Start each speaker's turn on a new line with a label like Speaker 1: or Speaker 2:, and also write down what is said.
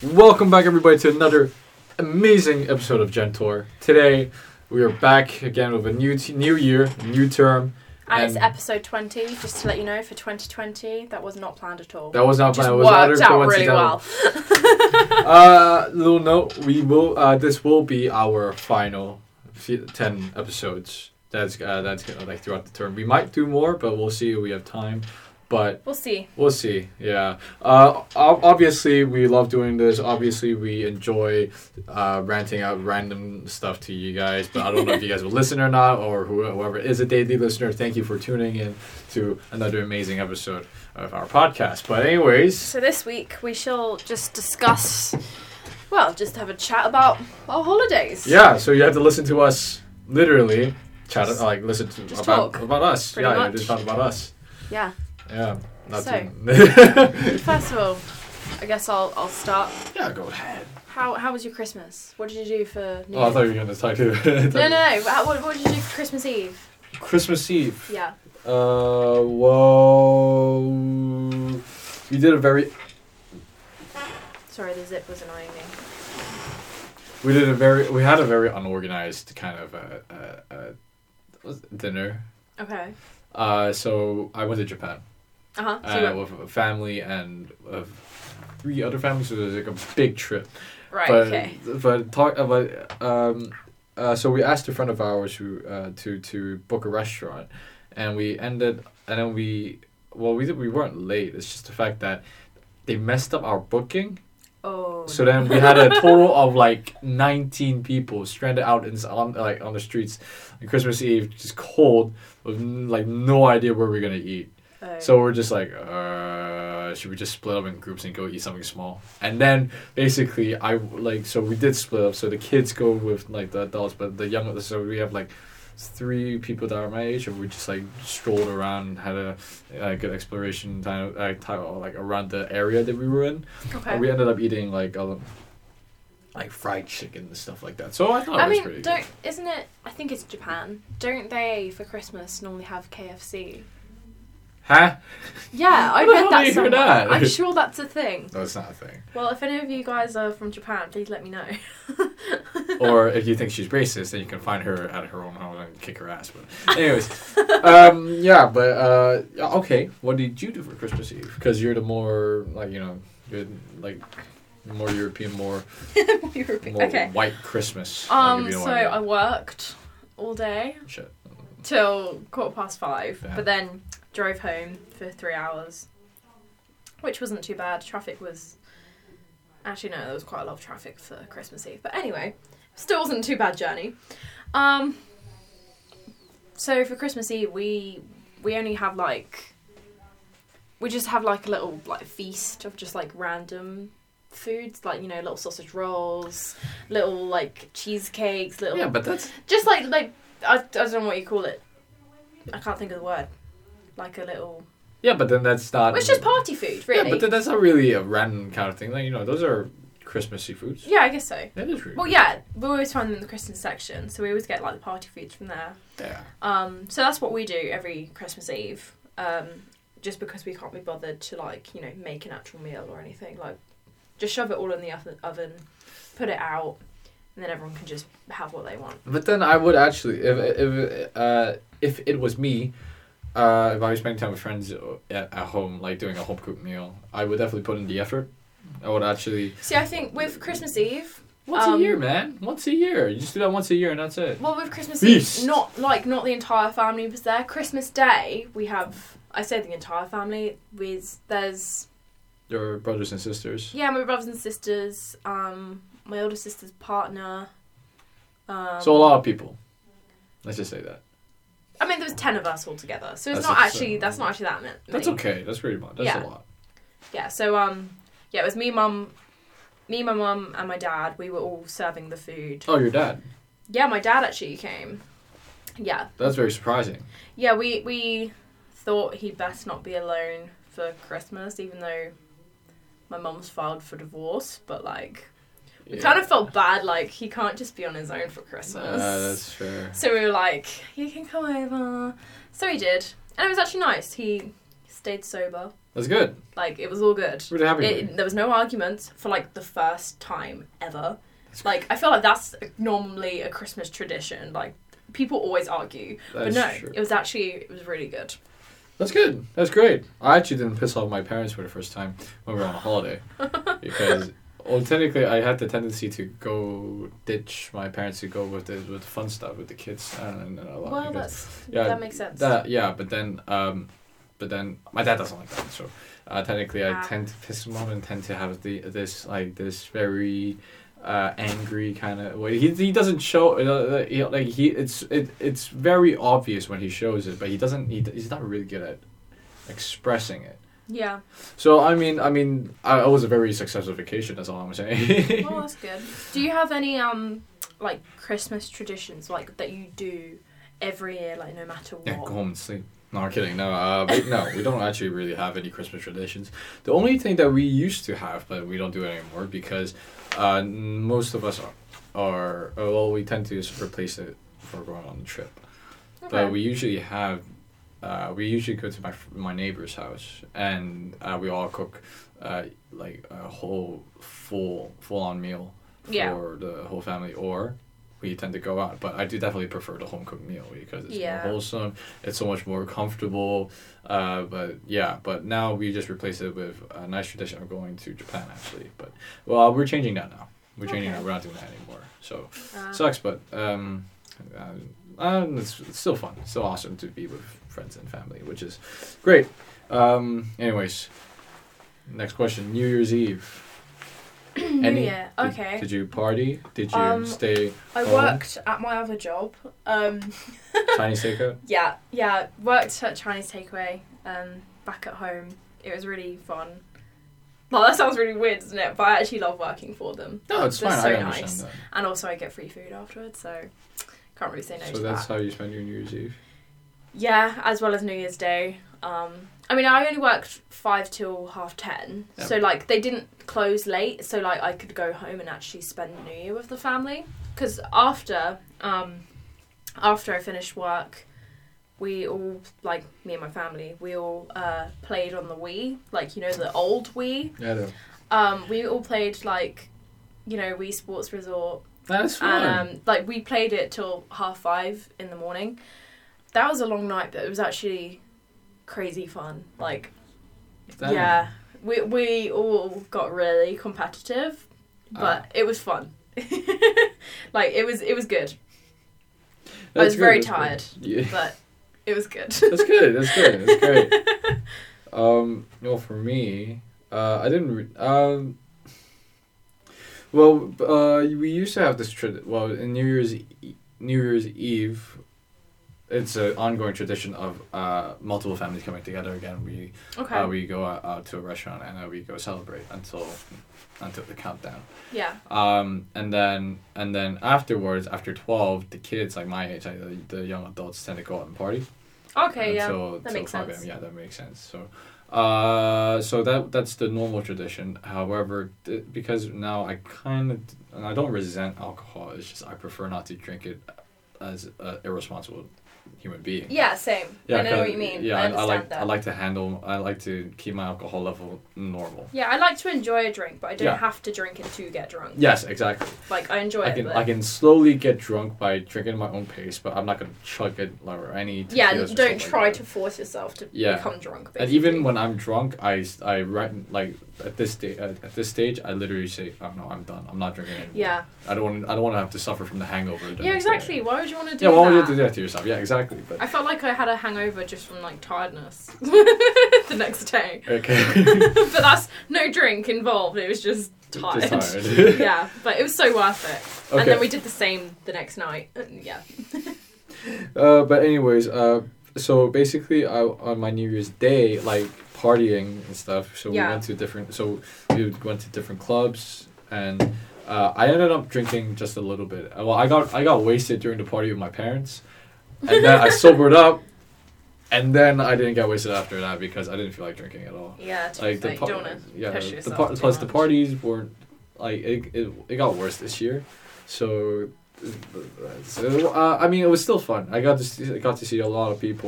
Speaker 1: Welcome back, everybody, to another amazing episode of Gentor. Today, we are back again with a new t- new year, new term.
Speaker 2: And it's
Speaker 1: And-
Speaker 2: episode 20, just to let you know, for 2020, that was not planned at all.
Speaker 1: That was not
Speaker 2: just
Speaker 1: planned. It was utter
Speaker 2: worked out really
Speaker 1: coincidental.
Speaker 2: well.
Speaker 1: Uh, little note: we will. Uh, this will be our final fe- ten episodes. That's uh, that's gonna, like throughout the term. We might do more, but we'll see. We have time, but
Speaker 2: We'll see.
Speaker 1: We'll see. Yeah. Uh, ob- obviously, we love doing this. Obviously, we enjoy uh, ranting out random stuff to you guys. But I don't know if you guys will listen or not, or who- whoever is a daily listener. Thank you for tuning in to another amazing episode of our podcast. But anyways,
Speaker 2: So this week, we shall just discuss, well, just have a chat about our holidays.
Speaker 1: yeah. So you have to listen to us literally chat, like listen to
Speaker 2: Just
Speaker 1: about
Speaker 2: talk,
Speaker 1: about us.
Speaker 2: pretty
Speaker 1: yeah,
Speaker 2: much.
Speaker 1: just talk about us.
Speaker 2: Yeah.
Speaker 1: Yeah. Not
Speaker 2: So.
Speaker 1: to-
Speaker 2: First of all, I guess I'll, I'll start.
Speaker 1: yeah. Go ahead.
Speaker 2: How, how was your Christmas? What did you do for New
Speaker 1: Oh, I
Speaker 2: Year's?
Speaker 1: thought you were gonna talk to.
Speaker 2: No, no, no. How- What, what did you do for Christmas Eve?
Speaker 1: Christmas Eve.
Speaker 2: Yeah.
Speaker 1: Uh, well, we did a very
Speaker 2: Sorry, the zip was annoying me.
Speaker 1: we did a very we had a very unorganized kind of a, uh uh dinner.
Speaker 2: Okay.
Speaker 1: Uh, so I went to Japan
Speaker 2: Uh-huh. So you
Speaker 1: uh,
Speaker 2: were-
Speaker 1: with a family and uh, three other families. So it was like a big trip.
Speaker 2: right,
Speaker 1: but
Speaker 2: okay.
Speaker 1: but talk about um, uh, so we asked a friend of ours who uh, to to book a restaurant, and we ended and then we well we did, we weren't late. It's just the fact that they messed up our booking.
Speaker 2: Oh.
Speaker 1: So then we had a total of like 19 people stranded out in, on like on the streets on Christmas Eve, just cold, with n- like no idea where we're gonna eat.
Speaker 2: oh.
Speaker 1: So we're just like, uh, should we just split up in groups and go eat something small? And then basically, I like so we did split up. So the kids go with like the adults, but the young so we have like three people that are my age, and we just like strolled around, and had a like good exploration time, uh, time like around the area that we were in.
Speaker 2: okay.
Speaker 1: And we ended up eating like a, like fried chicken and stuff like that. So I thought it
Speaker 2: I
Speaker 1: was
Speaker 2: mean,
Speaker 1: Oh, pretty
Speaker 2: don't isn't it? I think it's Japan. Don't they for Christmas normally have KFC?
Speaker 1: good. Huh?
Speaker 2: Yeah, I
Speaker 1: Where the
Speaker 2: read
Speaker 1: hell do
Speaker 2: that
Speaker 1: you hear
Speaker 2: somewhere.
Speaker 1: that?
Speaker 2: I'm sure that's a thing.
Speaker 1: No, it's not a thing.
Speaker 2: Well, if any of you guys are from Japan, please let me know.
Speaker 1: or if you think she's racist, then you can find her at her own home and kick her ass. But anyways, um, yeah, but uh, yeah, okay. What did you do for Christmas Eve? Because you're the more like you know, you're like more European, more more
Speaker 2: okay.
Speaker 1: white Christmas. like, if
Speaker 2: Um.
Speaker 1: you know
Speaker 2: So
Speaker 1: what I
Speaker 2: I
Speaker 1: mean.
Speaker 2: worked all day
Speaker 1: Shit.
Speaker 2: till quarter past five,
Speaker 1: Yeah.
Speaker 2: but then drove home for three hours, which wasn't too bad. Traffic was actually no, there was quite a lot of traffic for Christmas Eve, but anyway, still wasn't too bad journey. Um, so for Christmas Eve, we we only have like we just have like a little like feast of just like random foods like you know little sausage rolls little like cheesecakes little
Speaker 1: Yeah, but that's
Speaker 2: just like like I, I don't know what you call it. I can't think of the word. Like a little,
Speaker 1: yeah, but then that's not.
Speaker 2: well, it's just party food, really.
Speaker 1: Yeah, but then that's not really a random kind of thing. Like you know, those are Christmassy foods.
Speaker 2: Yeah, I guess so.
Speaker 1: That is really.
Speaker 2: Well, yeah, we always find them in the Christmas section, so we always get like the party foods from there.
Speaker 1: yeah.
Speaker 2: Um, so that's what we do every Christmas Eve. Um, just because we can't be bothered to like you know make an actual meal or anything, like just shove it all in the oven- oven, put it out, and then everyone can just have what they want.
Speaker 1: But then I would actually, if if uh, if it was me, uh, if I was spending time with friends at, at home, like doing a home cooked meal, I would definitely put in the effort. I would actually.
Speaker 2: See, I think with Christmas Eve,
Speaker 1: Once
Speaker 2: Um,
Speaker 1: a year, man. Once a year. You just do that once a year, and that's it.
Speaker 2: Well, with Christmas
Speaker 1: Feast.
Speaker 2: Eve, not like not the entire family was there. Christmas Day, we have. I say the entire family with there's
Speaker 1: Your brothers and sisters.
Speaker 2: yeah my brothers and sisters, um, my older sister's partner. Um,
Speaker 1: so a lot of people. Let's just say that.
Speaker 2: I mean, there was ten of us all together, so it's
Speaker 1: That's
Speaker 2: not
Speaker 1: a-
Speaker 2: actually that's not actually that many.
Speaker 1: That's okay. That's pretty much. That's
Speaker 2: Yeah.
Speaker 1: a lot.
Speaker 2: Yeah. So um, yeah, it was me, mum, me, my mum, and my dad. We were all serving the food.
Speaker 1: Oh, your dad.
Speaker 2: Yeah, my dad actually came. Yeah,
Speaker 1: That's very surprising.
Speaker 2: Yeah, we we thought he'd best not be alone for Christmas, even though my mum's filed for divorce. But like, we kind of felt bad. Like he can't just be on his own for Christmas.
Speaker 1: Uh, that's fair.
Speaker 2: so we were like, you can come over. So he did, and it was actually nice. He stayed sober.
Speaker 1: That's good.
Speaker 2: Like it was all good.
Speaker 1: Really happy. with
Speaker 2: It,
Speaker 1: you.
Speaker 2: there was no arguments for like the first time ever. Like I feel like that's normally a Christmas tradition. Like people always argue,
Speaker 1: That
Speaker 2: but
Speaker 1: is
Speaker 2: no,
Speaker 1: true.
Speaker 2: it was actually it was really good.
Speaker 1: That's good. That's great. I actually didn't piss off my parents for the first time when we were on a holiday because, well, technically, I had the tendency to go ditch my parents to go with the with the fun stuff with the kids and, and a lot.
Speaker 2: well,
Speaker 1: because-
Speaker 2: that's
Speaker 1: yeah,
Speaker 2: that makes sense.
Speaker 1: That yeah, but then um, but then my dad doesn't like that. So uh, technically, I
Speaker 2: Ah.
Speaker 1: tend to piss him off and tend to have the this like this very uh, angry kind of way. He he doesn't show uh, he, like he it's it it's very obvious when he shows it, but he doesn't. He, he's not really good at expressing it.
Speaker 2: yeah.
Speaker 1: So I mean, I mean, I, I was a very successful vacation. That's all I'm saying.
Speaker 2: Well, that's good. Do you have any um like Christmas traditions like that you do every year, like no matter what?
Speaker 1: Yeah, go home and sleep. No, I'm kidding. No, uh, we, no, we don't actually really have any Christmas traditions. The only thing that we used to have, but we don't do it anymore because uh, n- most of us are, are uh, well, we tend to just replace it for going on the trip.
Speaker 2: Okay.
Speaker 1: But we usually have, uh, we usually go to my fr- my neighbor's house and uh, we all cook uh, like a whole full full on meal for
Speaker 2: Yeah.
Speaker 1: the whole family or we tend to go out. But I do definitely prefer the home cooked meal because it's
Speaker 2: Yeah.
Speaker 1: more wholesome. It's so much more comfortable. Uh, but yeah, but now we just replace it with a nice tradition of going to Japan actually. But well, we're changing that now. We're changing
Speaker 2: Okay.
Speaker 1: that. We're not doing that anymore. So
Speaker 2: Ah.
Speaker 1: sucks, but um, uh, um, it's, it's still fun. It's still awesome to be with friends and family, which is great. Um, anyways, next question: New Year's Eve. Any-
Speaker 2: Year,
Speaker 1: did-
Speaker 2: okay.
Speaker 1: Did, you party? Did you
Speaker 2: Um,
Speaker 1: stay
Speaker 2: I
Speaker 1: home?
Speaker 2: worked at my other job. Um,
Speaker 1: Chinese takeout?
Speaker 2: yeah, yeah, worked at Chinese takeaway. Um, back at home, it was really fun. Well, that sounds really weird, doesn't it? But I actually love working for them.
Speaker 1: No, it's
Speaker 2: They're
Speaker 1: fine.
Speaker 2: so
Speaker 1: I
Speaker 2: nice.
Speaker 1: understand that.
Speaker 2: And also, I get free food afterwards, so can't really say no
Speaker 1: So
Speaker 2: to
Speaker 1: that's
Speaker 2: that.
Speaker 1: how you spend your New Year's Eve.
Speaker 2: Yeah, as well as New Year's Day. Um, I mean, I only worked five till half ten,
Speaker 1: Yeah.
Speaker 2: so like they didn't close late, so like I could go home and actually spend New Year with the family. Because after, um, after I finished work, we all like me and my family, we all uh, played on the Wii, like you know the old Wii.
Speaker 1: Yeah, I know.
Speaker 2: Um, we all played like, you know, Wii Sports Resort
Speaker 1: That's fun.
Speaker 2: and um, like we played it till half five in the morning. That was a long night, but it was actually crazy fun. Like,
Speaker 1: Damn.
Speaker 2: yeah, we we all got really competitive, but
Speaker 1: Ah.
Speaker 2: it was fun. like it was it was good,
Speaker 1: That's
Speaker 2: was very
Speaker 1: that's
Speaker 2: tired.
Speaker 1: Yeah.
Speaker 2: but it was good.
Speaker 1: that's good. That's good. That's great. Um, well, for me, uh, I didn't. Re- um, well, b- uh, we used to have this. Tra- well, in New Year's E- New Year's Eve, it's an ongoing tradition of uh, multiple families coming together again. We
Speaker 2: okay.
Speaker 1: uh, we go out, out to a restaurant and uh, we go celebrate until until the countdown
Speaker 2: yeah.
Speaker 1: um, and then and then afterwards, after twelve, the kids like my age, like the, the young adults, tend to go out and party.
Speaker 2: Okay.
Speaker 1: And
Speaker 2: yeah.
Speaker 1: so-
Speaker 2: that
Speaker 1: so
Speaker 2: makes
Speaker 1: 5
Speaker 2: sense.
Speaker 1: Yeah, that makes sense. So, uh, so that that's the normal tradition. However, th- because now I kind of and I don't resent alcohol. It's just I prefer not to drink it as an irresponsible human being.
Speaker 2: Yeah. Same. I know
Speaker 1: 'cause-
Speaker 2: what you mean.
Speaker 1: Yeah,
Speaker 2: I understand
Speaker 1: like
Speaker 2: that.
Speaker 1: I like to handle. I like to keep my alcohol level normal.
Speaker 2: yeah, I like to enjoy a drink, but I don't
Speaker 1: Yeah.
Speaker 2: have to drink it to get drunk.
Speaker 1: Yes, exactly.
Speaker 2: Like I enjoy
Speaker 1: I
Speaker 2: it.
Speaker 1: can
Speaker 2: but...
Speaker 1: I can slowly get drunk by drinking at my own pace, but I'm not gonna chug it like or any.
Speaker 2: Yeah,
Speaker 1: tequilas or
Speaker 2: don't
Speaker 1: stuff like
Speaker 2: try
Speaker 1: that.
Speaker 2: to force yourself to
Speaker 1: Yeah.
Speaker 2: become drunk.
Speaker 1: And even when I'm drunk, I s- I write like at this day at, at this stage, I literally say, "Oh no, I'm done. I'm not drinking anymore.
Speaker 2: yeah,
Speaker 1: I don't want I don't want to have to suffer from the hangover." the
Speaker 2: yeah,
Speaker 1: next day."
Speaker 2: exactly. Why would you want to do
Speaker 1: Yeah, why
Speaker 2: that?
Speaker 1: would you do that to yourself? Yeah, exactly. But
Speaker 2: I felt like I had a hangover just from like tiredness the next day,
Speaker 1: okay,
Speaker 2: but that's no drink involved. It was just tired.
Speaker 1: Just tired.
Speaker 2: yeah, but it was so worth it.
Speaker 1: okay.
Speaker 2: And then we did the same the next night. And yeah,
Speaker 1: Uh, but anyways, uh, so basically, I on my New Year's Day, like partying and stuff. So
Speaker 2: Yeah.
Speaker 1: we went to different. So we went to different clubs, and uh, I ended up drinking just a little bit. Uh, Well, I got I got wasted during the party with my parents, and then I sobered up, and then I didn't get wasted after that because I didn't feel like drinking at all.
Speaker 2: yeah. To
Speaker 1: Like
Speaker 2: be
Speaker 1: the
Speaker 2: fair, you
Speaker 1: par-
Speaker 2: don't want
Speaker 1: yeah,
Speaker 2: push
Speaker 1: the
Speaker 2: yourself
Speaker 1: par-
Speaker 2: too
Speaker 1: plus the
Speaker 2: much.
Speaker 1: parties weren't like it, it. It got worse this year, uh, so so uh, I mean, it was still fun. I got to see, I got to see a lot of people